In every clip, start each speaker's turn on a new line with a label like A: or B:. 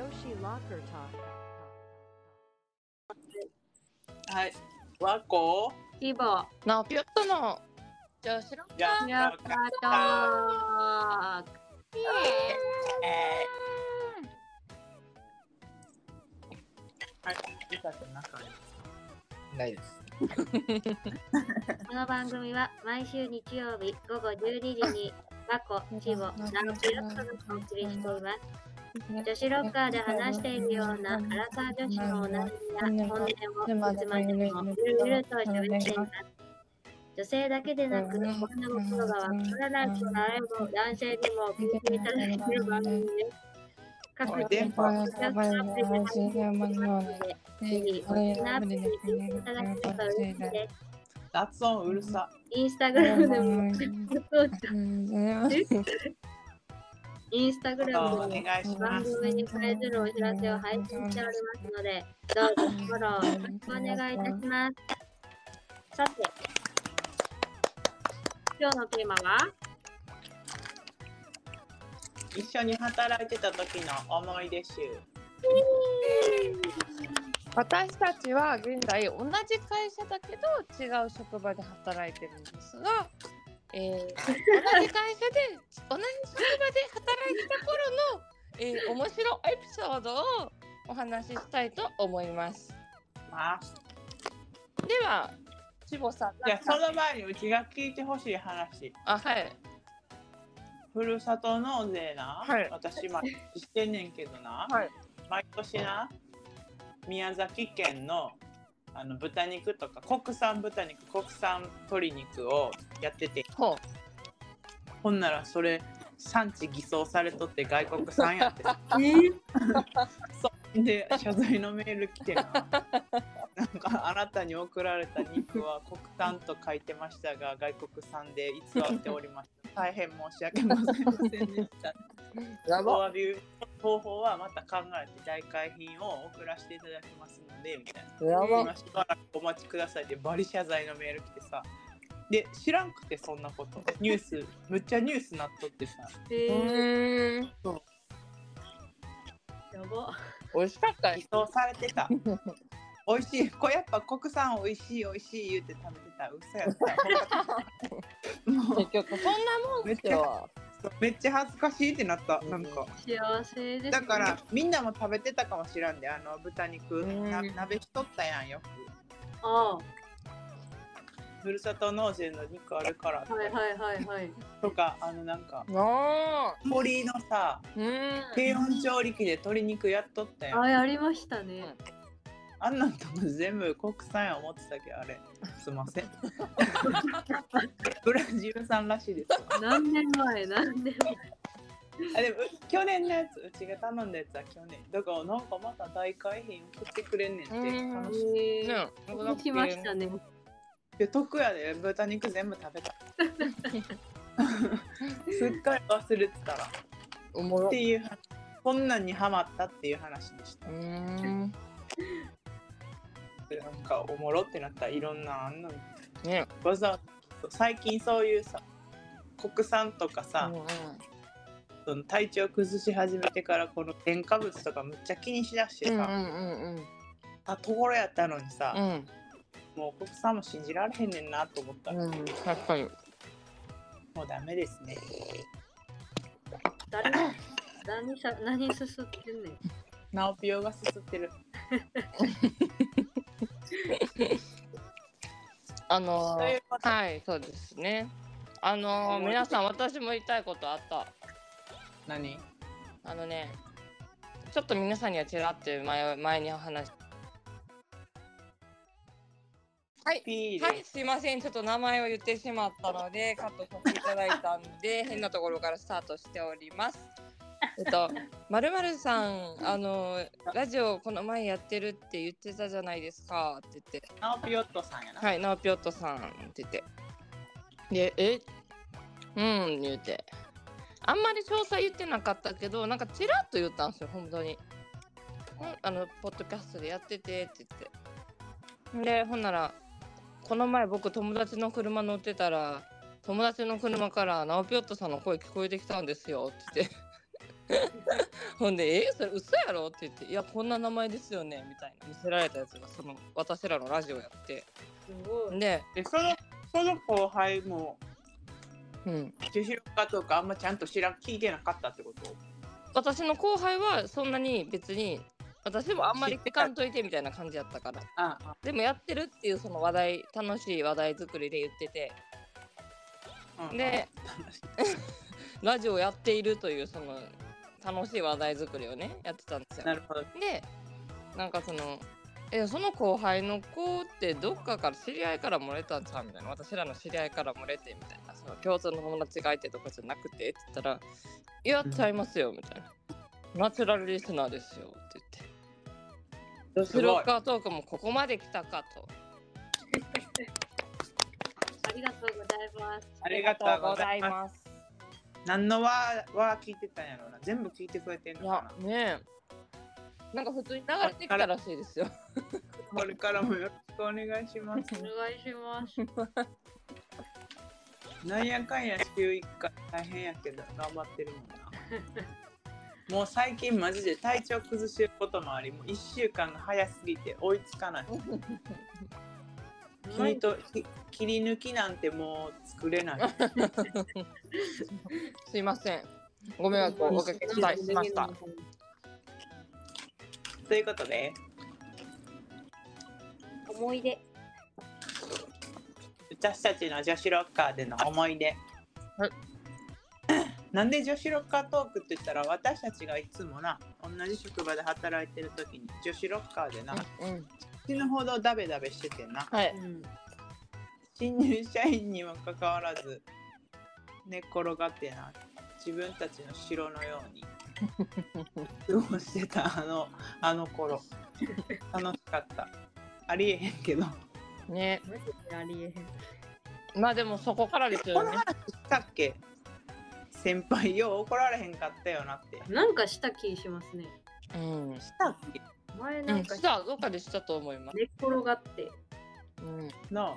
A: Soccer Talk.
B: はい。和子
C: リボ、
D: なぴょっとの女子の
B: やっ
C: やった
B: え
C: たー。
B: ーはい、ゆかくんなんかあります
E: ないです。
C: この番組は毎週日曜日午後12時に和子、チボ、ナオキロッカがお送りしています。女子ロッカーで話しているような荒川女子のお悩みや本音をいつまでもゆるゆると喋っています。女性だけでなく、女の心がわからなくなれば男性にもお聞きいただける番組です。各自
B: 電波
C: ポッドキャストアプリで配信していますのでぜひ、お好きなアプリで聞いていただけると嬉しいです。
B: 雑音うるさ。
C: インスタグラムでも、インスタグラ
B: お
C: ム
B: 願い
C: でも
B: しま
C: 番
B: す。
C: 組に関するお知らせを配信しておりますので、どうぞフォローよろしくお願いいたします。さて、今日のテーマは、
B: 一緒に働いてた時の思い出集。
D: 私たちは現在同じ会社だけど違う職場で働いてるんですが、えー同じ会社で同じ職場で働いてた頃の、えー面白いエピソードをお話ししたいと思います。
B: まあ、
D: では、しぼさん
B: じ
D: な
B: ゃ
D: ん
B: そ
D: か、
B: の前にうちが聞いてほしい話。
D: あはい、
B: ふるさと納税な、
D: はい
B: 私毎年してんねんけどな、
D: はい
B: 毎年な宮崎県のあの豚肉とか国産豚肉国産鶏肉をやってて
D: ほ
B: ほんならそれ産地偽装されとって外国産 やって そうで謝罪のメール来てななんかあなたに送られた肉は国産と書いてましたが外国産で偽っており ました大変申し訳ございませんでした
E: や
B: お
E: ば。
B: 詫び方法はまた考えて代替品を送らせていただきますのでみたいな
E: やば。
B: 今しばらくお待ちくださいでバリ謝罪のメール来てさで知らんくてそんなことニュース むっちゃニュースなっとってさ
C: えー、
D: う。
C: やば。
D: 美味しかったよ
B: 偽装されてた美味しいこれやっぱ国産美味しい美味しい言うて食べてた嘘やったほんまもう
D: 結局そんなもんですよ。
B: めっちゃ恥ずかしいってなったなんか
C: 幸せです、ね。
B: だから、みんなも食べてたかもしらんであの豚肉
D: うん
B: な鍋しとったやんよく。
C: あ
B: ふるさと納税の肉あるから
C: あ、はいはいはいはい。
B: とかあのなんか
D: なあ、
B: 森のさ
D: うん。
B: 低温調理器で鶏肉やっとったやん
C: あれありましたね。
B: あんなんとか全部国産や思ってたけどあれすいませんブラジル産らしいですわ
C: 何年前何年前。
B: あでもう去年のやつうちが頼んだやつは去年だからなんかまた代替品送ってくれんねんって
D: うん
B: 楽しい
C: え
D: ね、
C: ー、しましたね。
B: で徳屋で豚肉全部食 べたすっかり忘れてたらっ
D: おもろ
B: て。いう話こんなんにハマったっていう話でした
D: うん。
B: なんかおもろってなったらいろんなあんのに
D: ね。
B: わざわざ最近そういうさ国産とかさ、その体調崩し始めてからこの添加物とかむっちゃ気にしだして
D: うんうん
B: さ、
D: うん
B: あところやったのにさ
D: う、ん。
B: もう国産も信じられへんねんなと思ったら、
D: うん。確かに。
B: もうダメですね
C: 誰何さ何すすってんねん。
B: ナオピオがすすってる
D: あの
B: ということ
D: はい、そうですね。あの皆さん、私も言いたいことあった。
B: 何
D: あのね、ちょっと皆さんにはちらって前前にお話。はい。
B: ピーで、
D: はい、すいません。ちょっと名前を言ってしまったので、カットさせていただいたん で、変なところからスタートしており ます。えっと、まるまるさん、あの、ラジオこの前やってるって言ってたじゃないですかって言って、
B: ナオピオットさんやな、
D: はい、ナオピョットさんって言って。で、えうん、言うて。あんまり詳細言ってなかったけど、なんかちらっと言ったんですよ、本当に。うん、あの、ポッドキャストでやっててって言って。で、ほんなら、この前僕友達の車乗ってたら、友達の車からナオピョットさんの声聞こえてきたんですよって言って。ほんで「えそれ嘘やろ?」って言って「いやこんな名前ですよね」みたいな見せられたやつがその私らのラジオやって
A: すごい。
D: で、
B: でそのその後輩も
D: うん、
B: 女子化とかあんまちゃんと知らん聞いてなかったってこと
D: 私の後輩はそんなに別に私もあんまり聞かんといてみたいな感じやったから
B: あ
D: でもやってるっていうその話題楽しい話題作りで言ってて
B: あ、うん、
D: でラジオやっているというその楽しい話題作りをねやってたんですよ
B: な。るほど
D: でなんかその「えその後輩の子ってどっかから知り合いから漏れたんちゃう?」みたいな「私らの知り合いから漏れて」みたいな「その共通の友達がいてとかじゃなくて」って言ったら「いやっちゃいますよ」みたいな「ナチュラルリスナーですよ」って言って。
B: 女
D: スロッカートークもここまで来たかと。。
A: ありがとうございます。
B: ありがとうございます何のわは聞いてたんやろうな全部聞いてくれてん
D: い
B: の
D: や
B: か
D: ねえなんか普通に流れてきたらしいですよ。
B: なこれからもよろしくお願いします
A: お願いします。
B: なんやかんや週1回大変やけど頑張ってるもんな。 もう最近マジで体調崩してることもありもう1週間が早すぎて追いつか ない切りとき切り抜きなんてもう作れ ない
D: すいません。ご迷惑をおかけしたいしました。
B: ということで
A: 思い出。
B: 私たちの女子ロッカーでの思い出、
D: はい
B: なんで女子ロッカートークって言ったら私たちがいつもな同じ職場で働いてる時に女子ロッカーでな
D: うん、
B: 死ぬほどダベダベしててな
D: はい。
B: 新入社員にもかかわらず寝っ転がってな自分たちの城のように過ごしてたあのあの頃楽しかったありえへんけど
D: ね、
A: マジでありえへん。
D: まあでもそこからです
B: こ
D: よ
B: の
D: ね
B: 話。したっけ先輩よう怒られへんかったよなって
A: なんかした気しますね。
D: うん、う
B: したっけ
A: 前なん
D: ん、
A: か
D: したどっかでしたと思います。
A: 寝っ転がって。
D: うん、
B: なあ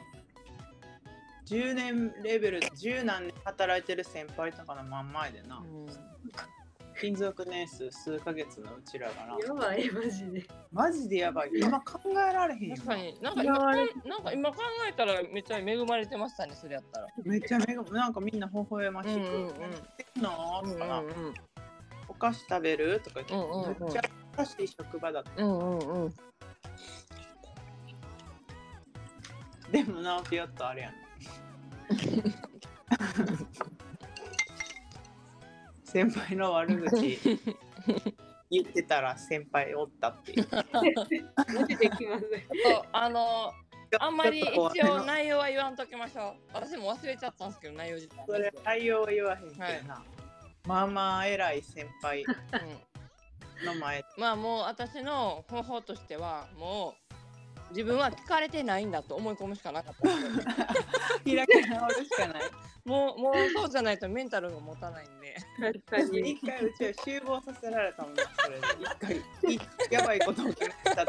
B: 10年レベル10何年働いてる先輩とかの真ん前でな勤続年数数ヶ月のうちらがな
A: やばい、マジで。
B: マジでやばい。今考えられへんよ
D: 確。かに、なんか今、なんか今考えたら、めっちゃ恵まれてましたね、それやったら。
B: めっちゃ目がなんかみんな微笑ましく。
D: うんうんうん
B: 何してんの
D: うん、
B: と
D: う
B: かな、
D: ん、
B: お菓子食べるとか言って、
D: うんうんうん
B: めっちゃ優しい職場だった。
D: うん、うん、うん、
B: でもな、ピヨッとあれ やん。先輩の悪口言ってたら先輩おったっていう。
A: マジできません。
D: そう、あの、 あんまり
B: ちょっと怖い
D: 一
B: な
D: 応内容は言わんときましょう。私も忘れちゃったんですけど、内容自体。
B: それ対応は言わへんけどな。まあまあ偉い先輩
D: うん
B: の前で
D: まあもう私の方法としてはもう自分は聞かれてないんだと思い込むしかなかった です
B: 開き直るしかない。
D: もうもうそうじゃないとメンタルが持たないんで
A: 確か に。
B: 一回うちは集合させられたもんなそれで一回いやばいこと起きましたとか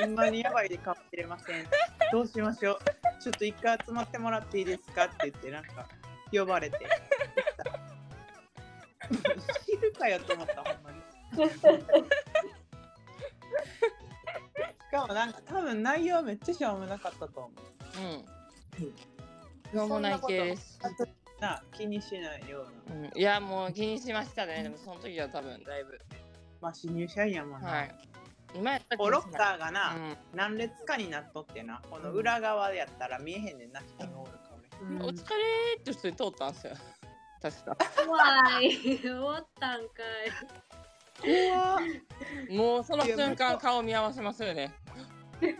B: ほんまにやばいかもしれませんどうしましょうちょっと一回集まってもらっていいですかって言ってなんか呼ば れて知るかよと思ったほんまにしかもなんか多分内容はめっちゃしょうもなかったと思う
D: うんしょうもない系です
B: そんなことなあ気にしないような
D: うんいやもう気にしましたねでもその時は多分だいぶ
B: まあ新入社員やもんな、
D: はい今やったら気
B: お
D: に
B: ロ
D: し
B: ッ
D: ない
B: カーがな、何列かになっとってなこの裏側やったら見えへんねんな人がおるか
A: う
D: うん
A: ん
D: お疲れって普通に通ったんですよ確 か
A: 怖い。終わったんかい。
B: 俺怖っ
D: もうその瞬間顔見合わせますよね
B: 先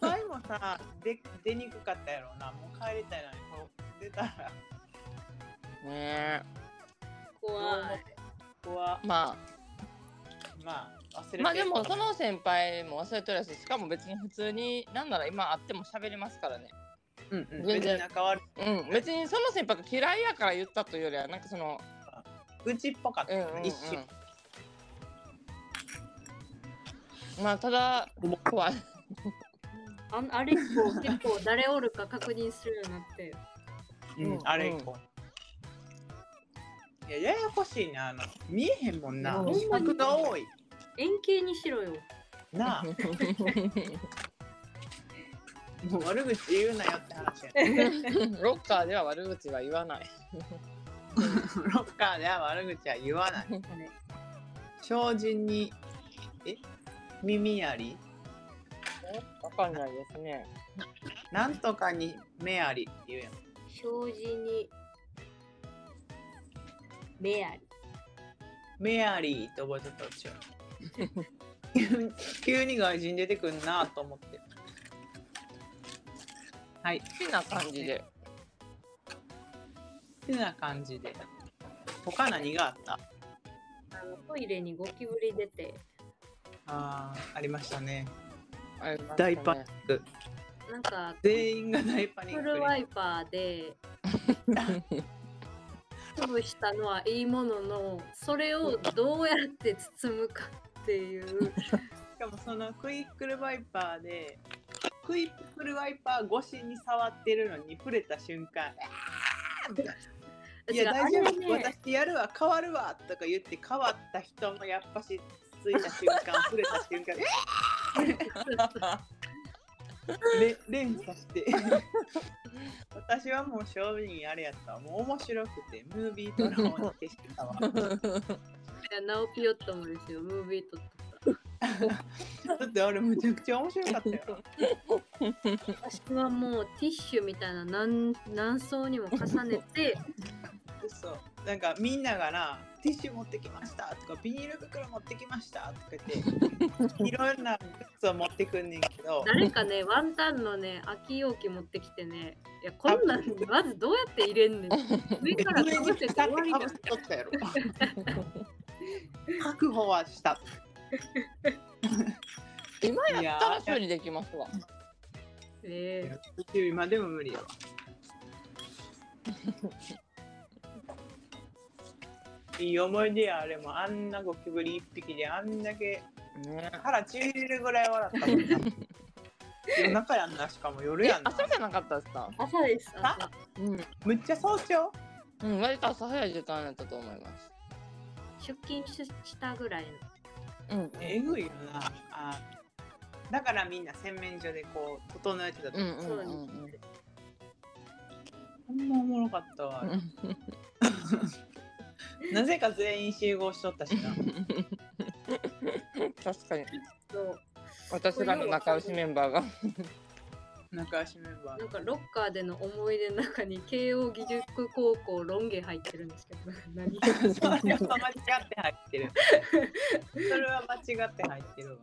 B: 輩もさで出にくかったやろうなもう帰りたいのにこう出たら
D: ね
A: 怖い。
B: 怖っ
D: えまあ
B: まあ忘れて
D: まあでもその先輩も忘れてるししかも別に普通になんなら今会っても喋りますからね
B: うんうん
D: 全然
B: 別に仲悪い
D: うん別にその先輩が嫌いやから言ったというよりはなんかその
B: 愚痴っぽかっ
D: う
B: た
D: んう
B: よ
D: ん、
B: ね、
D: うん、
B: 一瞬
D: まあただ怖い
A: ああれ以降、結構誰おるか確認するようになって。
B: うん、
D: うん
B: あれ以降、いやややこしいなあの見えへんもんな
A: うん
B: 四角が多い
C: 円形にしろよ。
B: なあ もう悪口言うなよって話やね
D: ロッカーでは悪口は言わない。
B: ロッカーでは悪口は言わない精進にえ耳あり
D: わかんないですね。
B: なんとかに目ありって言うやん
C: 障子に目あり。
B: メアリーと覚えとった違う 急に外人出てくんなと思ってはい
D: 好きな感じで。
B: ってな感じで他何があった
C: あのトイレにゴキブリ出て、
B: あーありましたね
D: ありましたね
B: 大パニック
C: なんか
B: 全員が大パニ
C: フ
B: ッ
C: ルワ
B: ク
C: イパ ーで潰したのはいいものの、それをどうやって包むかっていう。
B: しかもそのクイックルワイパーでクイックルワイパー越しに触ってるのに触れた瞬間いや大丈
C: あ
B: 夫、
C: れね
B: 私やるわ変わるわとか言って変わった人のやっぱしついた瞬間触れた瞬 間えっ連鎖して 私はもう正味あれやったわもう面白くてムービートラゴンに消してた わだ
C: いやナオピヨットもですよ、ムービーとった。
B: ってあれむちゃくちゃ面白かった よ
C: 私はもうティッシュみたいな何何層にも重ね て、
B: そうなんかみんながなティッシュ持ってきましたとかビニール袋持ってきましたとか言 っていろんなグッズを持ってくんねんけど
C: 誰かね、ワンタンのね、空き容器持ってきてね、いや、こんなんまずどうやって入れんねん。上から
B: 上に
C: かぶ
B: 立
C: せ
B: ってて
C: 終
B: か
C: わ
B: ぶ
C: り
B: せ
C: だ。
B: とったやろ確保はした
D: 今やったら処理できますわ。
C: ええ
B: 今でも無理やわ いい思い出やあれもあんなゴキブリ一匹であんだけ
D: ね。
B: 腹ちぎれるぐらい笑ったもん な夜中やんなしかも夜
D: え
B: やんな
D: 朝じゃなかったですか？
C: 朝です。朝
D: うん。
B: むっちゃ早朝
D: うん割と朝早い時間やったと思います。
C: 出勤ししたぐらい
D: う
C: の。
D: ん。
B: えぐいよなあだからみんな洗面所でこう整えてたと
D: う
B: こ、
D: んうん
C: そ
D: う
C: うです
D: んうん。
B: ほんまおもろかったわ、なぜか全員集合しとったしな
D: 確かに
C: そう
D: 私らの仲良しメンバーが
B: 仲良しメンバー
C: なんかロッカーでの思い出の中に慶応義塾高校ロン毛入ってるんですけど、何
B: それは間違って入ってる。それは間違って入ってるわ。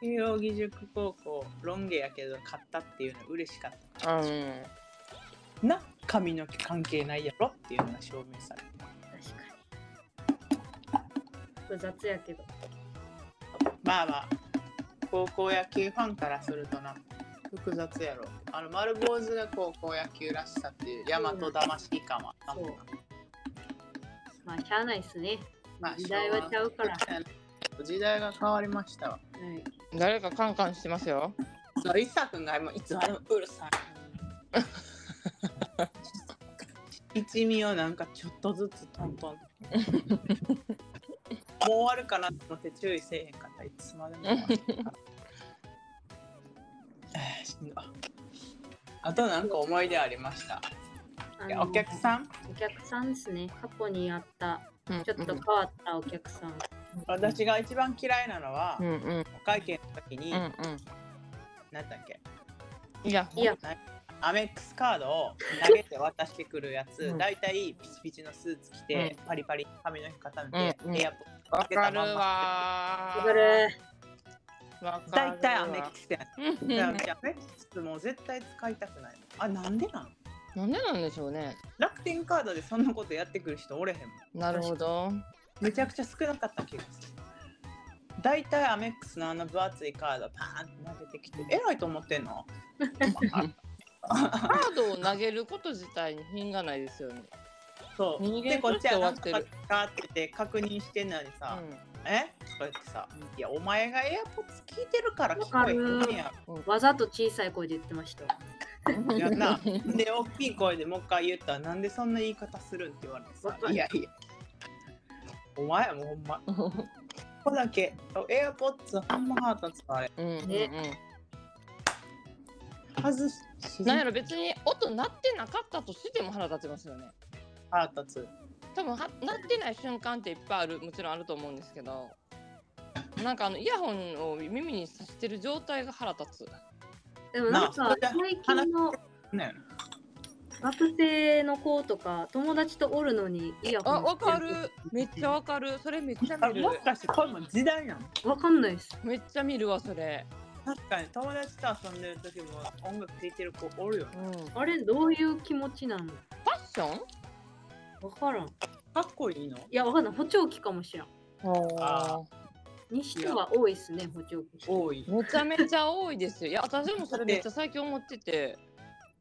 B: 慶応義塾高校ロン毛やけど買ったっていうの嬉しかっ
D: うん
B: た。な髪の毛関係ないやろっていうのが証明され
C: 確かに。複雑やけど。
B: た。まあまあ高校野球ファンからするとな複雑やろ。あの丸坊主が高校野球らしさっていう大和魂感はあったもんな。
C: まあ、しゃあないっすね。
B: まあ
C: 時代はちゃうから。は
B: 時代が変わりましたわ。
C: い。
D: 誰かカンカンしてますよ
B: そう、リサ君が今いつまでもうるさい。一味をなんかちょっとずつト ントン。もう終わるかなと思って注意せえへんかった。いつまでも終わるから。えーしんどいあとなんか思い出ありました。
C: あ
B: いや
C: の
B: お客さん
C: お客さんですね。過去にあった、
D: うん
C: ちょっと変わったお客さん。
B: 私が一番嫌いなのは、
D: うんうん
B: お会計の時に、
D: うんう
B: なん、
D: ん
B: 何だっけ
D: いや
C: いや、
B: アメックスカードを投げて渡してくるやつ
D: うん
B: 大体ピチピチのスーツ着て、パリパリ髪の毛固めて、
D: うんうん
B: エアポ
D: わかる
C: わ
D: わ
C: かる。
D: ーわかる
B: 大体アメックスや
D: うん
B: ねんだからアメックスもう絶対使いたくないあなんでなん
D: なんでなんでしょうね
B: 楽天カードでそんなことやってくる人おれへんもん
D: なるほど
B: めちゃくちゃ少なかった気がする大体アメックスのあの分厚いカードパーンって投げてきて偉いと思ってんの
D: カードを投げること自体に品がないですよね
B: そう
D: 人間
B: でこっちはなん
D: として終
B: か
D: わ
B: 使
D: っ
B: ってて確認してんのにさ、
D: う
B: えこうやってさ、いや、お前がエアポッツ聞いてるから聞こえへんねや。
C: わざと小さい声で言ってました。
B: いやな で大きい声でもう一回言ったらなんでそんな言い方するんって言われてさいやいやお前やもうほんまここだけエアポッツほんまハートつあれ
D: うんうんうん
B: 外し
D: なんやろ別に音鳴ってなかったとしても腹立ちますよね
B: 腹立つ
D: 多分は鳴ってない瞬間っていっぱいあるもちろんあると思うんですけどなんかあのイヤホンを耳にさしてる状態が腹立つ
C: でもなん
B: なあ
C: か最近の
B: ね
C: 学生の子とか友達とおるのにイヤホン
D: あわ
C: して
D: かるめっちゃわかるそれめっちゃ
B: あ
D: 見る
B: もしかしてこれも時代なの
C: わかんないです
D: めっちゃ見るわそれ
B: 確かに友達と遊んでる時も音楽聴いてる子おるよね
D: うん
C: あれどういう気持ちなの
D: ファッション
C: わからんい
B: かっこいいの
C: やわかんない補聴器かもしらん
B: あ
C: にしては多いっすね補聴器
B: 多い
D: めちゃめちゃ多いですよいや私もそれめっちゃ最近思ってて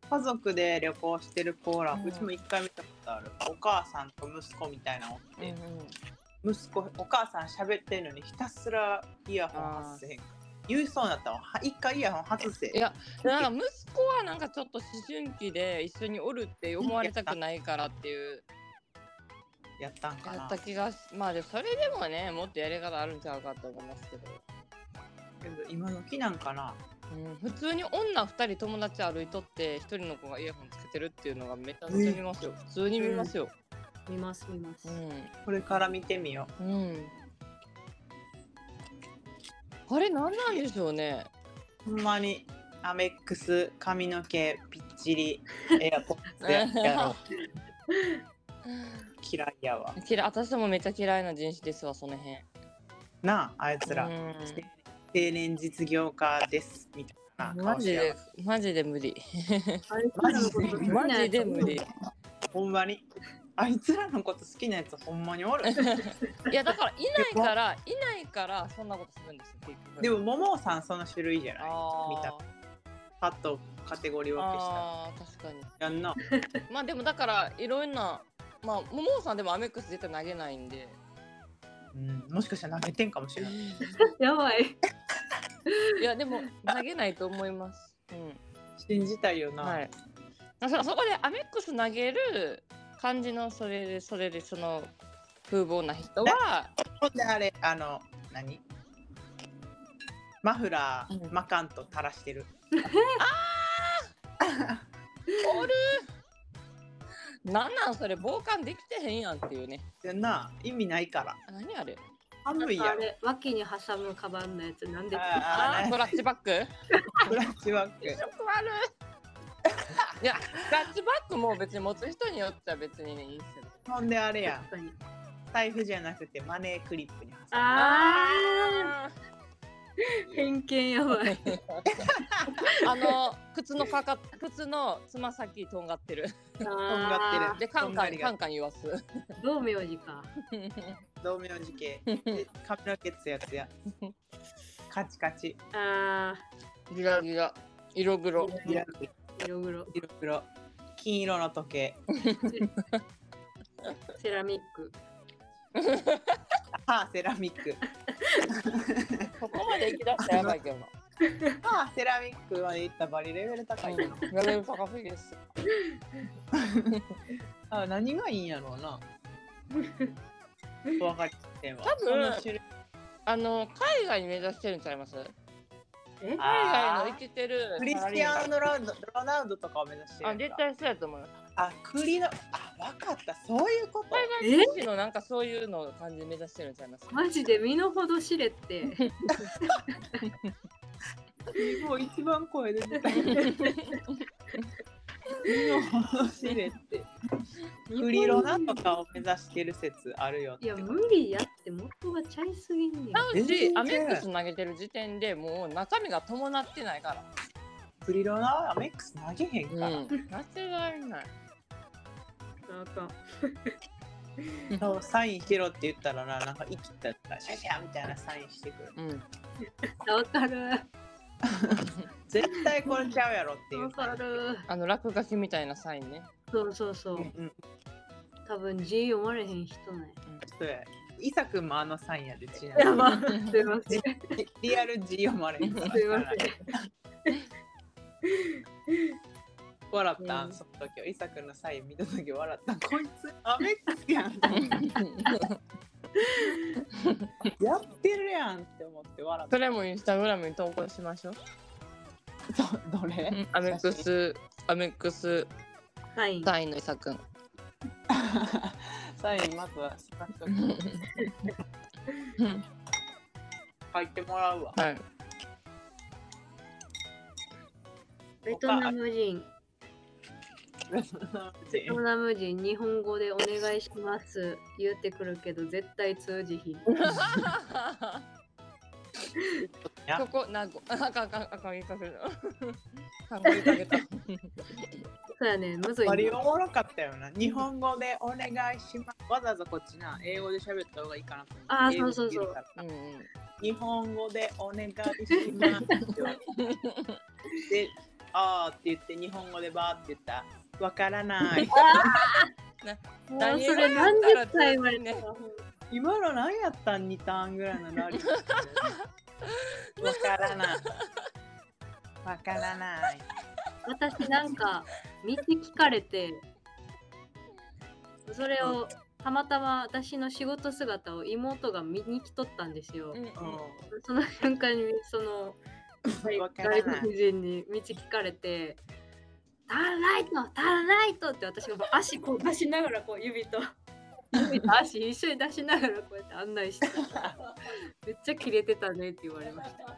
B: 家族で旅行してる子ら、
D: う
B: うんちも一回見たことあるお母さんと息子みたいなのおっ
D: うんう
B: て
D: ん、
B: 息子お母さん喋ってんのにひたすらイヤホン外せへんから言いそうになったわは一回イヤホン外せ
D: いやなんか息子はなんかちょっと思春期で一緒におるって思われたくないからっていう
B: やったんか
D: や
B: な
D: った気がしまあでもそれでもねもっとやり方あるんちゃうかって思いますけど、
B: けど今のきなんかな
D: うん、普通に女2人友達歩いとって1人の子がイヤホンつけてるっていうのがめちゃめちゃ見ますよ普通に見ますよ
C: 見ます見ます、
D: う
B: これから見てみよ
D: ん、うん、あれ何なんでしょうね
B: うほんまにアメックス髪の毛ぴっちりエアポッツやや ろう嫌いやわ
D: 嫌い私もめっちゃ嫌いな人種ですわその辺
B: なああいつら、
D: うん
B: 定年実業家ですみたいな
D: マ
B: 顔し
D: ジ
B: やが
D: で
B: って
D: マジで無理
C: あれ彼らのこと好きな
D: マ
C: やつ
D: ジで無理
B: ほんまにあいつらのこと好きなやつほんまに おる
D: いやだからいないからいないからそんなことするんですよ結局
B: でも桃さんその種類じゃない
D: あー
B: 見たパッとカテゴリー分けした
D: あー確かに
B: やんな
D: まあでもだからいろんなまあ桃尾さんでもアメックス絶対投げないんで
B: うんもしかしたら投げてんかもしれない。
C: やばい
D: いやでも投げないと思いますう
B: 信じたいよな。
D: んはいあそそこでアメックス投げる感じのそれでそれでその風貌な人 は
B: ほんであれ、あの、何マフラー、
D: うん
B: マカンと垂らしてる。
D: おるなんなんそれ防寒できてへんやんっていうね
B: やんな、意味ない から。
D: あ何あれ
B: 寒い
C: あ
B: やろ。
C: れ脇に挟むカバンのやつなんで
B: あ
D: あー
B: ね
D: クラッチバック
B: フラッシュバック。
D: よくあるいやクラッチバックも別に持つ人によっては別にねいいんですけど
B: ほんであれや
C: 確、かに
B: 財布じゃなくてマネークリップに挟む。
C: あー偏見やばい
D: あの靴のかか靴のつま先とんがってる
C: と
B: とんがって
D: で
B: る。
D: カンカンカ
B: が
D: ンカン言わす
C: 道明寺か
B: 同名字 系。で髪の毛ツヤツヤ。カチカチ。
C: あ
D: ギラギラ色黒
B: 色
C: ー色黒
B: 黒。金色の時計。
C: セラミック
B: 歯セラミック。
D: ここまで行きだしたらやばい けどな
B: 歯セラミックまでいったらバリレベル高いな。
D: レベル高すぎです
B: あ何がいいんやろ うな。分かってんわ。
D: 多分
B: その種類
D: あの海外に目指してるんちゃいます
C: え
D: 海
B: あ
D: 外の
B: ー
D: 生きてる
B: クリスティアーノロナウド・ロナウドとかを目指して
D: あ
B: るやん
D: 絶
B: か。
D: 対そうやと思います
B: あ、クリの。あ、分かった。そういうこと。
D: 海外女子のなんかそういうのを感じ目指してるんちゃいます
C: マジで身の程知 れって
B: もう一番声出てた。今知れって。 クリロナとかを目指してる説あるよっ
C: い
B: て
C: や。無理やって元がちゃいすぎんねん
D: なう
B: 全然違
D: し
B: う
D: アメックス投げてる時点でもう中身が伴ってないから
B: クリロナはメックス投げへんから。
D: 間違いない
C: あかん
B: そうサインしろって言ったらな、なんか生きたらシャシャみたいなサインしてくる。
D: うん
C: わかる
B: 絶対これちゃうやろってい
C: わ
B: う。
C: かる
D: あの落書きみたいなサイン ね。
C: そうそうそう
B: うんうん。
C: 多分字読まれへん人ね
B: そうや。イサくんもあのサインやで、ちな
C: や
B: みに
C: ばすいません
B: リリアル G 読まれへんから。
C: すいません
B: 笑った、
D: うん
B: その時は伊佐君のサイン見た時笑ったこいつアメックスやんやってるやんって思って笑っ
D: それもインスタグラムに投稿しましょう。
B: たどどれ、
D: アメックス、アメックス、
C: サイン。
D: 隊員の伊佐くん。
B: サインまずはしましょう
D: うん
B: 書いてもらう わ
D: はい。
C: ベトナム人、
B: 別
C: ベト
B: に
C: ナム人、日本語でお願いします。言ってくるけど、絶対通じひん。
D: そこ、なんか、 あかんあかんあかん言いかけるの。かん言いかけた。
C: そうやね、むずい
B: あれ
C: な。
B: おもろかったよな日本語でお願いしますわざわざこっちな英語で喋った方がいいかなと思って
C: あー
B: 英語で
C: そうそうそう
B: 言うから
D: うんうん。
B: 日本語でお願いします であーって言って日本語でバーって言ったらわからない
C: もうそれ何十回言われてた。
B: 今の何やったん2ターンぐらいのなりわからないわからない
C: 私なんか道聞かれてそれをたまたま私の仕事姿を妹が見に来とったんですよ
D: うんうん
B: う
C: その瞬間に その
B: わからない
C: 外国人に道聞かれて「ターンライトターンライト!」って私がもう足こう出しながらこう指と指と足一緒に出しながらこうやって 案内してめっちゃキレてたねって言われました。
B: ん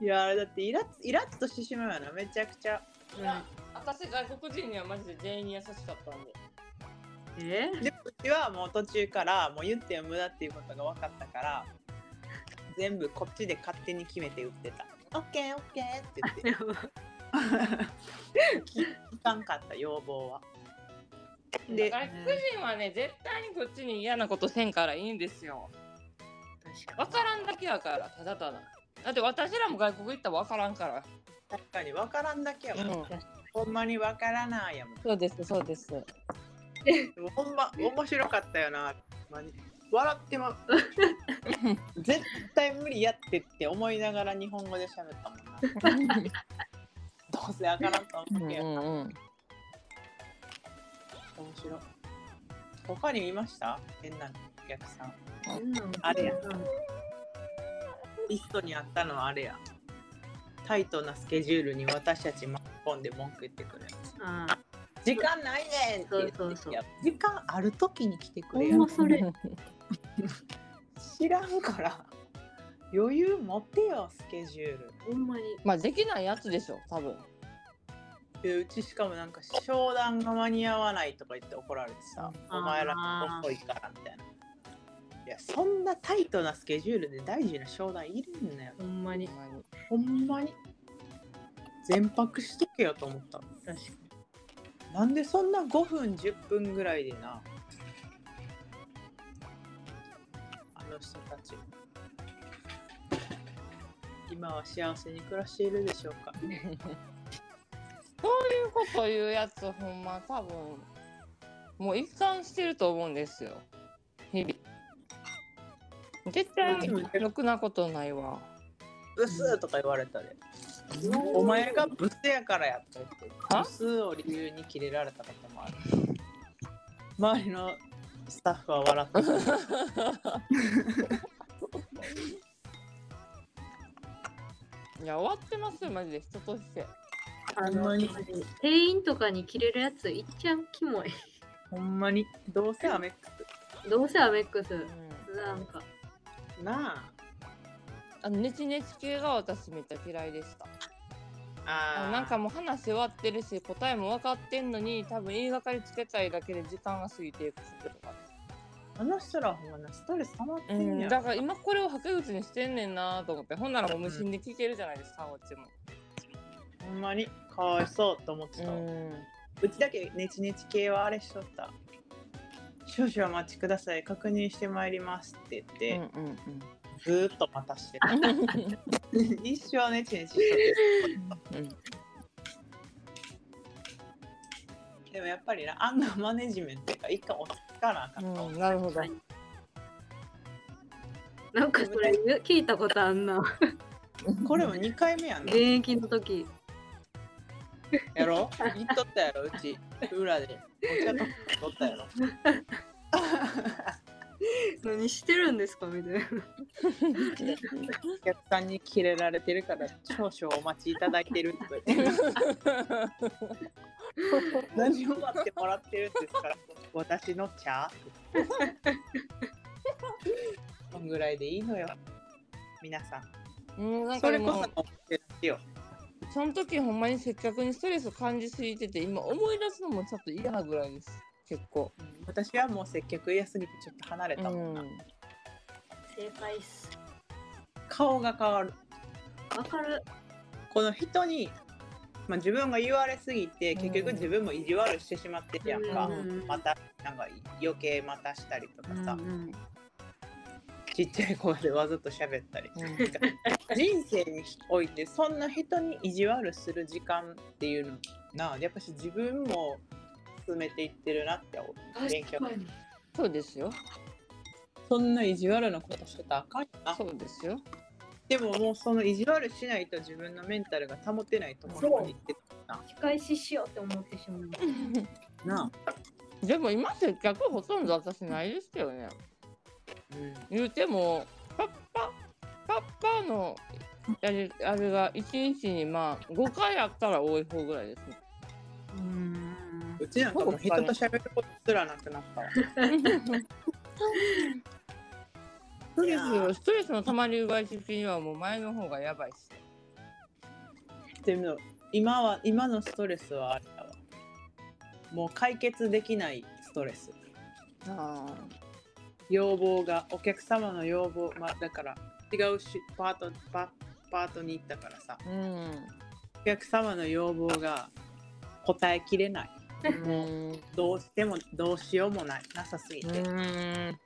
B: いやあれだってイラッイラッとしてしまうよなめちゃくちゃ
C: うん
D: 私外国人にはマジで全員に優しかったんで。
C: え
B: でこっちはもう途中からもう言っても無駄っていうことが分かったから全部こっちで勝手に決めて打ってた「オッケーオッケー」って言って
C: でも
B: 聞かんかった要望は。
D: で
B: で
D: 外国人はね絶対にこっちに嫌なことせんからいいんですよ。
C: 確か
D: 分からんだけやからただただ。だって私らも外国行ったら分からんから。
B: 確かに分からんだけやもん、
D: うん
B: ほんまに分からないやもん
D: そうですそうです。
B: でもほんま面白かったよなほんまに笑ってま絶対無理やってって思いながら日本語で喋ったもんなどうせあからんと
D: う
B: 思
D: ん
B: う
D: う
B: けど面
D: んうん。
B: 白い他にいました変なお客さん
C: にうん
B: あれや
C: うん
B: リストにあったのはあれやタイトなスケジュールに私たち巻き込んで文句言ってくるやつ
C: ああ
B: 時間ないねんって言ってきて
C: そうそうそう
B: 時間ある時に来てくれ
C: ほん
B: よ
C: まそれ。
B: 知らんから余裕持ってよスケジュール
C: ほんまに。
D: まあできないやつでしょ多分。
B: でうちしかもなんか商談が間に合わないとか言って怒られてさ「
C: あー
B: お前ら遅いから」みたいな。いやそんなタイトなスケジュールで大事な商談入れんなよ
C: ほんまに。
D: ほんまに
B: ほんまに全泊しとけよと思った
C: 確か
B: なんでそんな5分10分ぐらいでなあの人たち今は幸せに暮らしているでしょうか
D: そういうこと言うやつほんま多分もう一貫してると思うんですよ日々絶対ろくなことないわ
B: ブスーとか言われたで、お前がブスやからやとか言って
D: は
B: ブスを理由にキレられたこともある周りのスタッフは笑った
D: いや終わってますよマジで人として
C: あ
B: ほんま
C: の
B: に
C: 店員とかに着れるやついっちゃんキモい。
B: ほんまにどうせアメック
C: どうせアメックス。
D: うん
C: なんか。
B: スな
D: あのネチネチ系が私めっちゃ嫌いでした
B: ああ
D: あ
B: ー
D: なんかもう話終わってるし答えも分かってんのに多分言いがかりつけたいだけで時間が過ぎていくこととか
B: あの人らほんまなストレス溜まって
D: ね、
B: ん
D: う
B: や
D: ん、
B: ん
D: だから今これをはけ口にしてんねんなと思ってほんならもう無心で聞けるじゃないですかこっちも
B: ほんまにかわいそうと思ってた、う
D: うん
B: ちだけネチネチ系はあれしとった少々お待ちください確認してまいりますって言って、
D: うんうんうん
B: ずーっと待たして る一生ネチネチしとってでもやっぱりなアンガーマネジメントが一回落ち着かなあかった、
D: うん、なるほど。
C: なんかそれ聞いたことあんな。
B: これも2回目やね
C: 現役の時。
B: やろ言っとったやろうち裏でお茶とか取ったやろ
C: 何してるんですかみたいな。
B: お客さんにキレられてるから少々お待ちいただいてると言って何を待ってもらってるんですか私の茶 こんぐらいでいいのよ皆さん
D: うん、なん
B: そ
D: かで
B: れこ
D: も
B: そよ
D: その時ほんまに接客にストレス感じすぎてて今思い出すのもちょっと嫌なぐらいです結構
B: 私はもう接客嫌すぎてちょっと離れ
D: う
B: たもんな、
D: ん
C: 正解っす。
B: 顔が変わる
C: わかる。
B: この人に、まあ、自分が言われすぎて結局自分も意地悪してしまってるやんか、
C: うん
B: またなんか余計またしたりとかさ、
C: うん
B: ちっちゃい声でわざと喋ったり
D: うん
B: 人生においてそんな人に意地悪する時間っていうのなやっぱし自分も進めていってるなって思う勉強
C: 確かに。
D: そうですよ
B: そんな意地悪なことしてたらあかんよな
D: そうですよ
B: でももうその意地悪しないと自分のメンタルが保てないところまで行ってた
C: 仕返ししようって思ってしまう。
B: な
D: でも今接客ほとんど私ないですけどね
B: うん
D: 言うてもパッパパッパのやれあれが1日にまあ5回あったら多い方ぐらいですね
C: うん。
B: うちなんかもう人と喋ることすらなくなったわ
D: ストレスをストレスの溜まり具合的にはもう前の方がやばいし
B: でも今は今のストレスはあれだわもう解決できないストレス
D: あ
B: 要望がお客様の要望、まあ、だから違うしパートパパートに行ったからさ
D: あうん
B: お客様の要望が答えきれない
D: うん
B: どうしてもどうしようもないなさすぎ
D: う
B: て
D: ん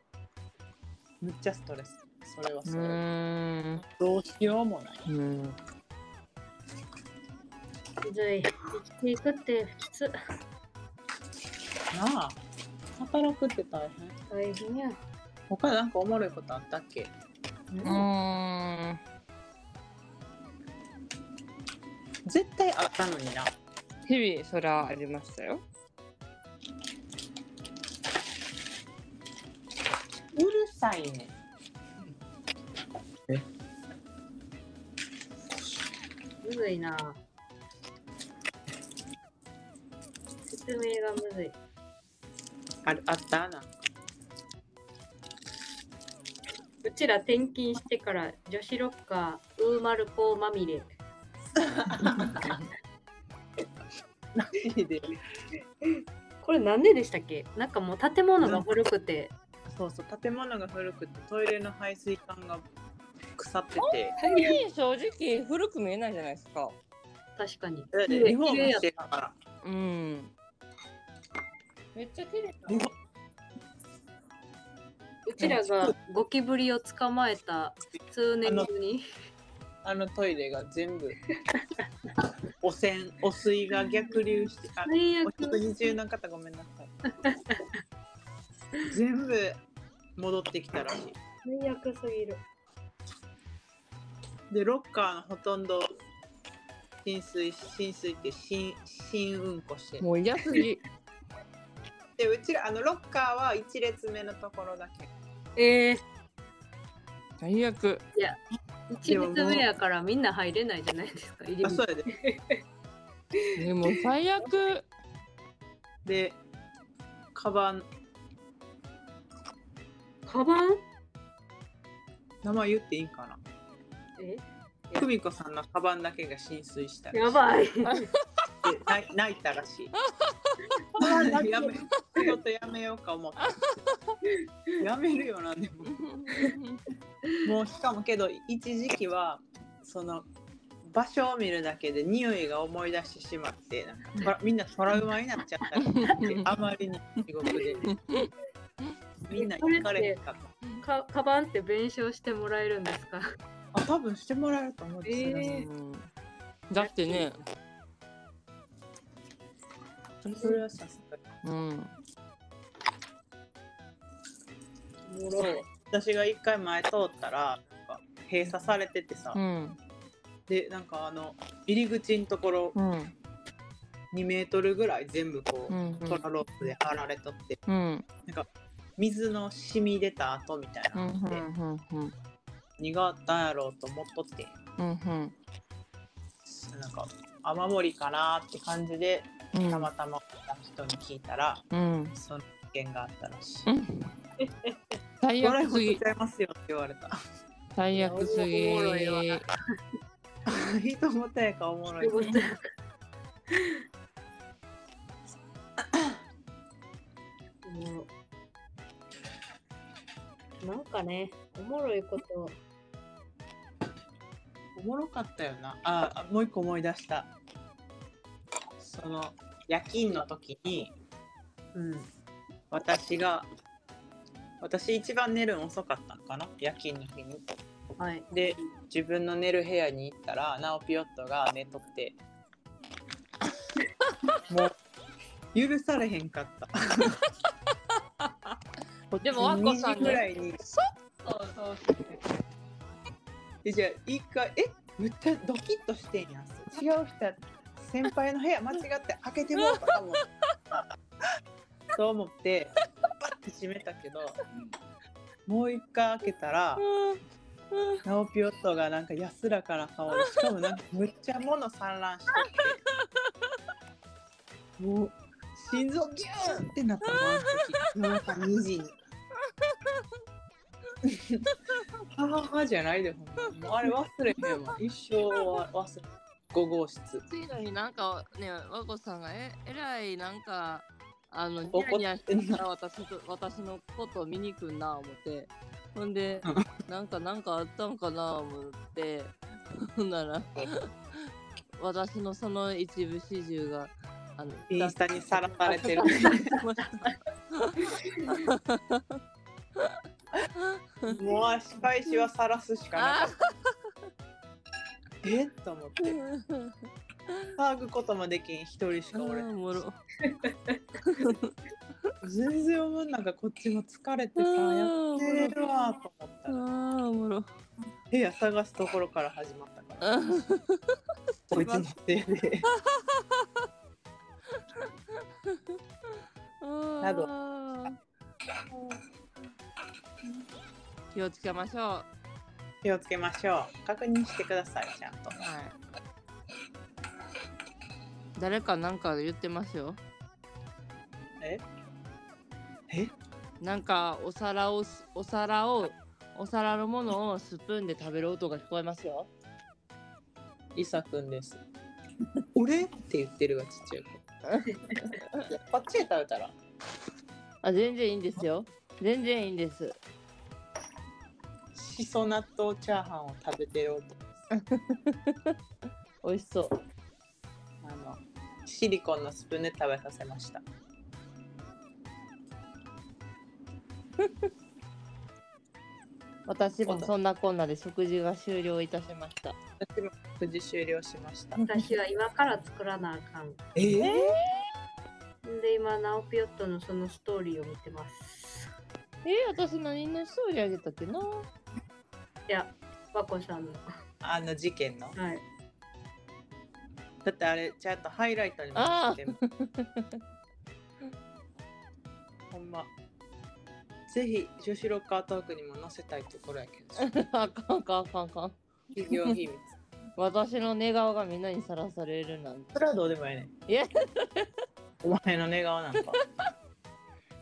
B: むっちゃストレスそれはそれ、
D: うん
B: どうしようもない
D: うん
A: きつい。生きていくってきつ。
B: なあ働くって大変
A: 大変や。
B: 他なんかおもろいことあったっけ
D: うん
B: 絶対あったのにな
D: 日々それはありましたよ
B: うるさいね
A: むずいな。説明がむずい。
B: ああったな
C: うちら転勤してから女子ロッカーウーマルコーまみれ。
B: 何で
C: これ何年でしたっけ？なんかもう建物が古くて。
B: そうそう建物が古くてトイレの排水管が腐ってて
D: 本当に正直古く見えないじゃないですか
C: 確かに。
B: だってリフォームしてたから
D: うんめっちゃ綺麗
B: リフォ
C: うちらがゴキブリを捕まえた数年後に
B: あのトイレが全部汚染汚水が逆流してあ
C: 最
B: お人
C: 悪
B: に中の方ごめんなさい全部戻ってきたらしい
C: 最悪すぎる。
B: でロッカーのほとんど浸水浸水って浸浸うんこして
D: もう嫌すぎ
B: でうちらあのロッカーは1列目のところだけ
C: ええ
D: 最悪
C: ー、一列目やからみんな入れないじゃないですか。入り
B: あ
C: 口
B: そうやで
D: でも最悪
B: でカバン
C: カバン？
B: 名前言っていいんかな
C: え？
B: 久美子さんのカバンだけが浸水したらしい
C: やばい。
B: で泣い泣いたらしいあやめ仕事やめようか思ってやめるよなでももうしかもけど一時期はその場所を見るだけで匂いが思い出してしまってなんかトラみんなトラウマになっちゃったりして あまりに地獄でみんな行かれへんかった
C: かカバンって弁償してもらえるんですか？
B: あ多分してもらえると思うんですよ、
C: え
D: うんだってね
B: それはさすがに
D: うん
B: そう私が一回前通ったらなんか閉鎖されててさ、
D: うん
B: でなんかあの入り口のところ
D: うん
B: 2メートルぐらい全部こ
D: う
B: う、
D: ん
B: トラロープで貼られとって
D: うんうん
B: 水の染み出た跡みたい
D: うん
B: なので、
D: うんうん
B: 苦かったんやろうと思っとって
D: うんうん
B: なんか雨漏りかなって感じで
D: うん
B: たまたま来た人に聞いたら、
D: うん
B: その意見があったらしい。
D: うん最
B: 笑い
D: 悪
B: 事
D: すぎ
B: ちゃいますよって言われた。
D: 最悪すぎ
C: おもろいわ
B: 人もたやかおもろい。
C: もうなんかね、おもろいこと、
B: おもろかったよな。あ、もう一個思い出した。その夜勤の時に、うん、私が私一番寝るん遅かったんかな夜勤の日に。
C: はい、
B: で自分の寝る部屋に行ったらナオピヨットが寝と ってもう許されへんかった
D: でも和子さんね
B: 2時ぐらいにそっとそうしてでじゃあ一回えむっちゃドキッとしてんやん違う人や先輩の部屋間違って開けてもらったかもそう思ってバッて閉めたけどもう一回開けたら、ナオピオットがなんか安らかな顔でしかもなんかむっちゃ物散乱しててもう心臓ギューンってなったのあの時夜中2時にはははじゃないでほんまにもうあれ忘れへんわ一生は忘れ5号室
D: 次の日なんかね和子さんがええらいなんかあのニ
B: 怒っ
D: ヤニヤしてたら私と私のことを見に来んな思ってほんでなんかなんかあったんかな思ってほんなら私のその一部始終があの
B: インスタにさらされてるもう失敗しはさらすしかなかった えっと思って騒ぐこともできん一人し
D: あ
B: か俺
D: ーおもろ
B: 全然思うなんかこっちも疲れて
D: あ
B: さや
D: ーお
B: って
D: もろ
B: れるわと思っ
D: あ
B: たら
D: ーおもろ
B: 部屋探すところから始まったからこいつのせいで
D: な
B: など。
D: 気をつけましょう。は
B: 気をつけましょう確認してくださいちゃんと
D: い。誰かなんか言ってますよ。
B: ええ
D: なんかお皿をすお皿をお皿のものをスプーンで食べる音が聞こえますよ。
B: イサくんです俺って言ってるわちっちゃい子パッチリ食べたら
D: あ全然いいんですよ。全然いいんです。
B: しそ納豆チャーハンを食べてる音
D: 美味しそう。
B: あのシリコンのスプーンで食べさせました。
D: 私もそんなこんなで食事が終了いたしました。
B: 私も無事終了しました。
C: 私は今から作らなあかん。
B: えー、
C: んで今、ナオピヨットのそのストーリーを見てます。
D: え私何のストーリーあげたっけな。
C: いや、和子さんの。
B: あの事件の
C: はい。
B: だってあれちゃんとハイライトにもなってるほんまぜひ女子ロッカートークにも載せたいところやけ ど
D: あかんあかんあかんあかん。
B: 企業秘密
D: 私の寝顔がみんなにさらされるなんて
B: それはどうでもいいねん
D: いや
B: お前の寝顔なんか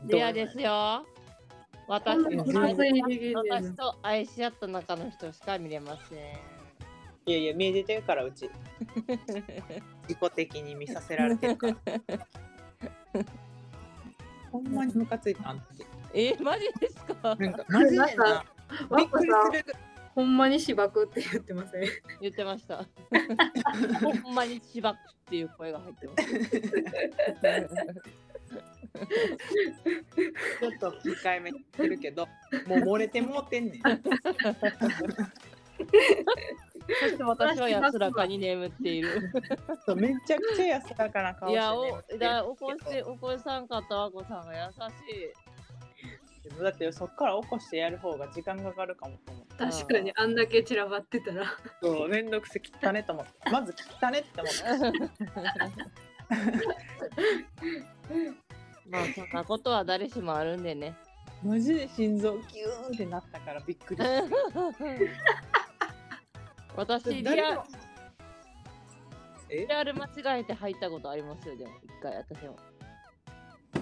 D: レアですよ私
B: うん
D: と
B: 完
C: 全にできるね
D: 私と愛し合った中の人しか見れません
B: いやいや見えててるからうち自己的に見させられてるからほんまにムカついたあの時
D: えマジですか
B: なんかマジでな
C: なんか
B: び
C: 和
B: っく
C: 子さ
B: り
C: ん
B: す、るぐらい
C: ほんまに芝生って言ってません。
D: 言ってました ほんまにしばくっていう声が入ってます
B: ちょっと控えめに言ってる けど、もう漏れてもうてんねん。
D: そして私は安らかに眠っている
B: そうめちゃくちゃ安らかな顔
D: い
B: して、ね
D: やお
B: るけど
D: だ起こして起こさんかった和子さんが優し
B: でもだってそっから起こしてやる方が時間かかるかもと思って。
C: 確かにあんだけ散らばってたら。
B: そうめんどくせきったねと思って。まずきったねって思って。
D: まあそんなことは誰しもあるんでね。
B: マジで心臓キューンってなったからびっくりした。
D: 私リ
B: 誰
D: ア
B: のえ
D: リアル間違えて入ったことありますよでも一回私も。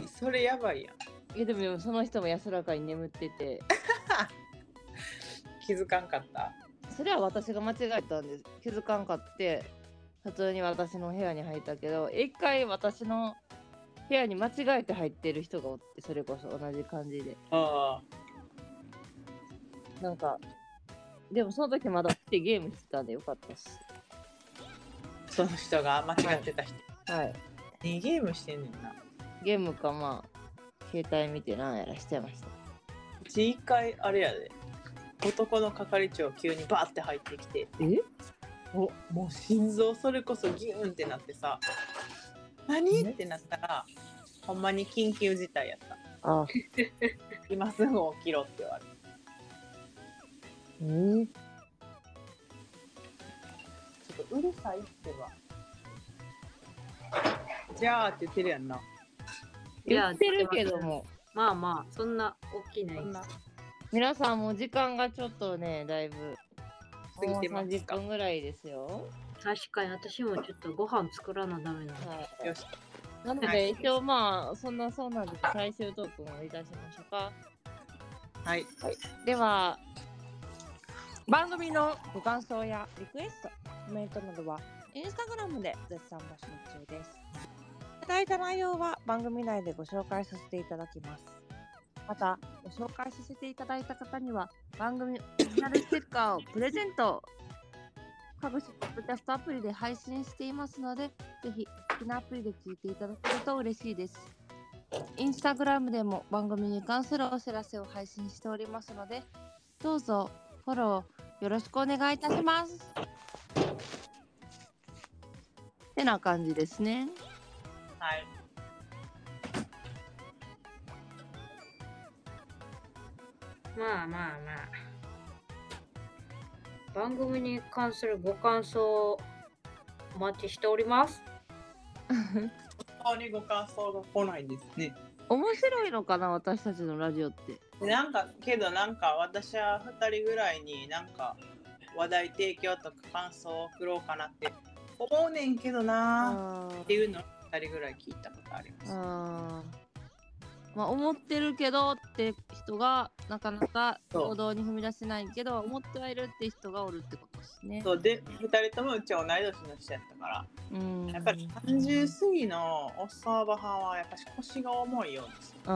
B: それやばいやん。
D: いやでもその人も安らかに眠ってて
B: 気づかんかった。
D: それは私が間違えたんです気づかんかって普通に私の部屋に入ったけど一回私の部屋に間違えて入ってる人がおってそれこそ同じ感じで
B: あ
D: なんかでもその時まだ来てゲームしてたんでよかったし
B: あ、その人が間違ってた人。
D: はい
B: 2ゲームしてんねんな。
D: ゲームかまあ携帯見てなんやらしてました
B: うち一回あれやで。男の係長急にバーって入ってきて。
D: え
B: おもう心臓それこそギューンってなってさ。何ってなったら、ほんまに緊急事態やった。
D: あ
B: 今すぐ起きろって言われた。
D: うん
B: ちょっとうるさいってば。じゃあって言ってるやんな。
D: 言ってるけども
C: まあまあそんな大きない
B: そんな
D: 皆さんも時間がちょっとねだいぶ
B: 過ぎて
D: もう
B: ます
D: 30
B: か。
D: 分ぐらいですよ
C: 確かに私もちょっとご飯作らなダメなの
D: はい
B: よし。
D: なの
B: は
D: で
B: い
D: 一応まあそんなそうなんです最終トークをいたしましょうか
B: はい。
D: では番組のご感想やリクエストコメントなどはインスタグラムで絶賛募集中ですいただいた内容は番組内でご紹介させていただきますまたご紹介させていただいた方には番組オリジナルステッカーをプレゼント各種ポッドキャストアプリで配信していますのでぜひ好きなアプリで聞いていただけると嬉しいですインスタグラムでも番組に関するお知らせを配信しておりますので、どうぞフォローよろしくお願いいたします。てな感じですね。
B: はい。
C: まあまあまあ。番組に関するご感想をお待ちしております。
B: 本当にご感想が来ないですね。
D: 面白いのかな私たちのラジオって。
B: なんかけどなんか私は2人ぐらいになんか話題提供とか感想を送ろうかなって思うねんけどな
D: あー
B: ーっていうのを2人ぐらい聞いたことあります。
D: あーまあ思ってるけどって人がなかなか
B: そう
D: 行動に踏み出せないけど思ってはいるって人がおるってことですね。
B: そうで2人ともうちは同い年の人やったから
D: うん
B: やっぱり30過ぎのおっさんおばはんはやっぱし腰が重いようです
D: あ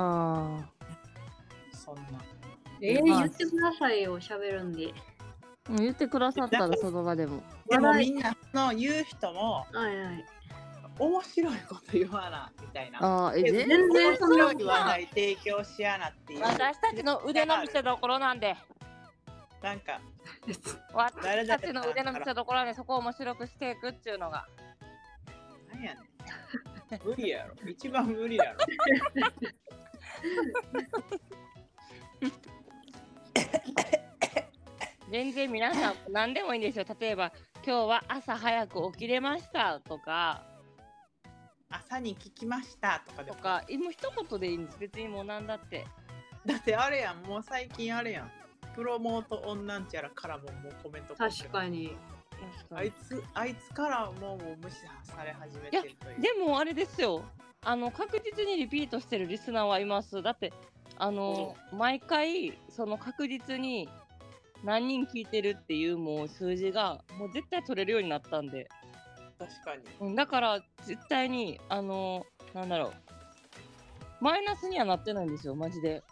D: あ。
B: そんな
C: えー、
D: まあ
C: 言ってくださいよ、喋るんで。
D: うん言ってくださったらその場でも。
B: でも
C: 笑
B: みんなの言う人も
C: はいはい。
B: 面白いこと言わなみたいな
D: ああ、え、
B: けど
D: 全
C: 全
B: 面
C: 然そんな
B: 白
C: こ
B: い
C: と
B: 話
C: ない。
B: 題提供しやなっていう
D: 私たちの腕の見せ所なんで、
B: なんか
D: 私たちの腕の見せ所なんで、そこを面白くしていくっていうのが。
B: なんやね ん。無理やろ。一番無理やろ。
D: 全然皆さん、何でもいいんですよ。例えば、今日は朝早く起きれましたとか、
B: 朝に聞きましたとかで
D: と
B: も。
D: か、もう一言でいいんです。別にもう何だって。
B: だってあれやん、もう最近あれやん。プロモートオンなんちゃらからももうコメント来てる
C: 確かに。
B: あいつ、あいつからもうもう無視され始めてるという。
D: でもあれですよ。あの確実にリピートしてるリスナーはいます。だってあの、毎回その確実に何人聞いてるっていうもう数字がもう絶対取れるようになったんで、
B: 確かに。
D: うん、だから絶対にあのなんだろうマイナスにはなってないんですよマジで。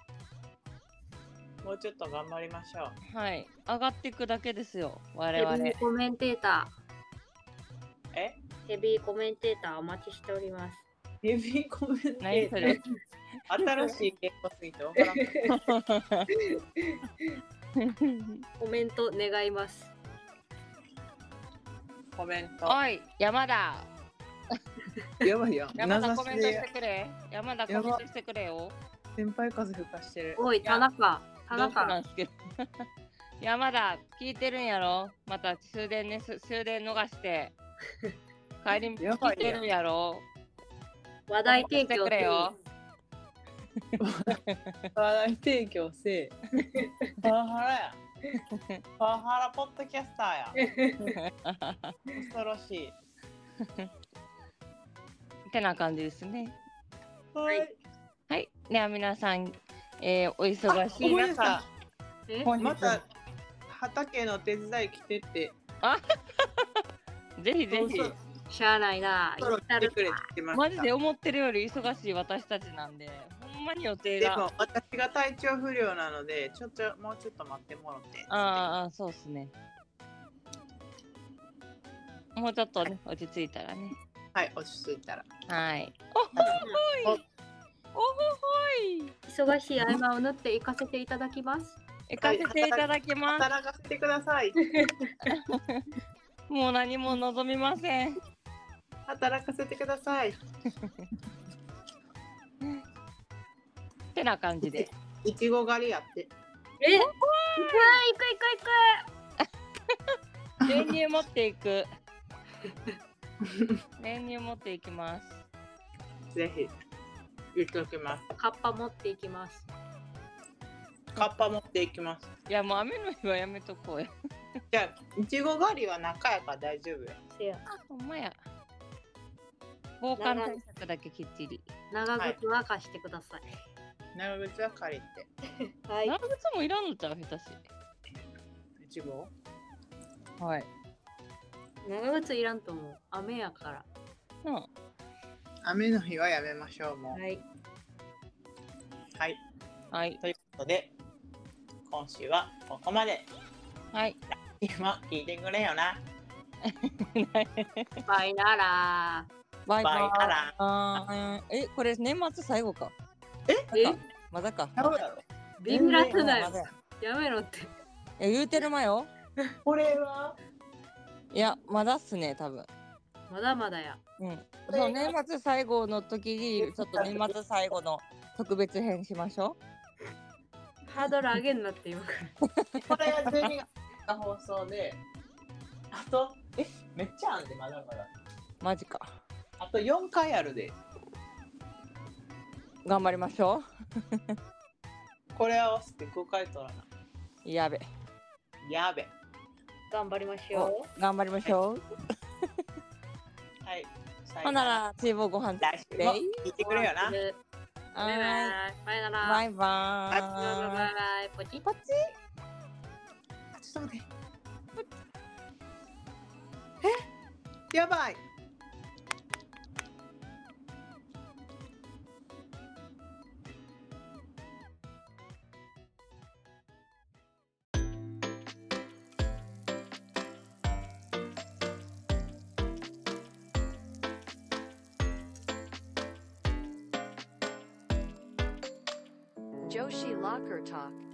B: もうちょっと頑張りましょう。
D: はい上がっていくだけですよ我
C: ヘビ
D: 々。
C: ーコメンテータ
B: え
C: ー、ヘビーコメンテーターお待ちしております。
B: ヘビーコメント。
D: 何それ
B: 新しい言語すぎてわからんかった。
C: コメント願います。
B: コメント。
D: おい山田
B: やばいやん。
D: 山田
B: 名
D: コ
B: 指
D: メ
B: し
D: ントして
B: で
D: くれ山田コメントしてくれよ。
B: 先輩風吹かしてる。
C: おい、田中。田
D: どうした
C: 中。
D: なんですけど。いやまだ聞いてるんやろまた終電ねす終電逃して帰り道
B: やば
D: 聞
B: い
D: いてるんやろ
C: 話題提供
D: してくれよ
B: 話題提供せえ。パワハ ラや。パワハラポッドキャスターや。恐ろしい。
D: てな感じですね。
C: はい
D: はい。では皆さん、えーお忙しい
B: ごめんな
D: 中
B: さ、
C: え
B: い。また畑の手伝い来てって。
D: ぜひぜひ。
C: しゃあないな。
B: そろそろ
C: 言っ
B: 来
C: た
B: てくれっ
C: る
B: て言ってました。
D: マジで思ってるより忙しい私たちなんで、ほんまに予定
B: で
D: が。
B: も私が体調不良なので、ちょっともうちょっと待ってもらってっつって。
D: あーあー、そうですね。もうちょっとね、落ち着いたらね。
B: はい、落ち着いたら。
D: はい。おほほい。おほほい。
C: 忙しい合間を縫って行かせていただきます。
D: 行かせていただきます。
B: 働かせてください。
D: もう何も望みません。
B: 働かせてください。
D: てな感 じで。
B: いちご狩りやって。
C: え、行く
D: 練乳持ってい く。練乳持っていきます。
B: ぜひ。言っておきます。
C: 行く行く。カッパ持っていきます。
B: カッパ持っていきます。
D: いやもう雨の日はやめとこうや。
B: じゃあ、いちご狩りは中やから大丈夫よ。
C: せや
D: ほんまや。防寒対策だけきっちり。
C: 長靴は貸してください。
B: 長靴は借りて。
C: は
D: 長靴もいらんのちゃう下手し。
B: いちご
D: はい。
C: 長靴いらんと思う。雨やか
D: な
B: 雨の日はやめましょう、
C: ら。
B: も
C: はい。
B: う。はい。
D: あ。はい。
B: ということで、今週はここまで。
D: はい。
B: 今、聞いてくれよな。
C: バイなら。
D: バイ
B: バイ
D: バ
B: ア
D: イ。
B: ラ
D: あーえ、これ年末最後か。
C: え、
D: まだか。
B: ー。どうやろ
C: ビンラス
B: う
C: だ
D: ま
C: よ
D: だ。や
C: やめろって。
D: え言うてるまよ。
B: これはい
D: や、まだっすね、多分。
C: まだまだや。
D: うん。そう、年末最後の時に、ちょっと年末最後の特別編しましょ
C: ハードル上げんなって今から。
B: これが12月の放送で、あと、え、めっちゃあんで、まだまだ。
D: う。マジか。
B: あと4回あるで。
D: 頑張りましょ
B: これ合わせて5回取らな。
D: う。やべ。
B: やべ。
C: 頑張りまし
D: お
C: ょ。
D: 頑張りましょう。
B: はい。さ
D: ほんなら、チーボーご飯
B: 来週も聞いうてくれよな。
C: バイバイ
D: は。
C: バイなら。
D: い。バ
C: イ
D: イバ
C: バ
D: ー
C: イ
D: イ。
C: バイ。ポチッ
D: ポチ
B: あちょっと待って。えやばい。
F: Joshi Locker Talk.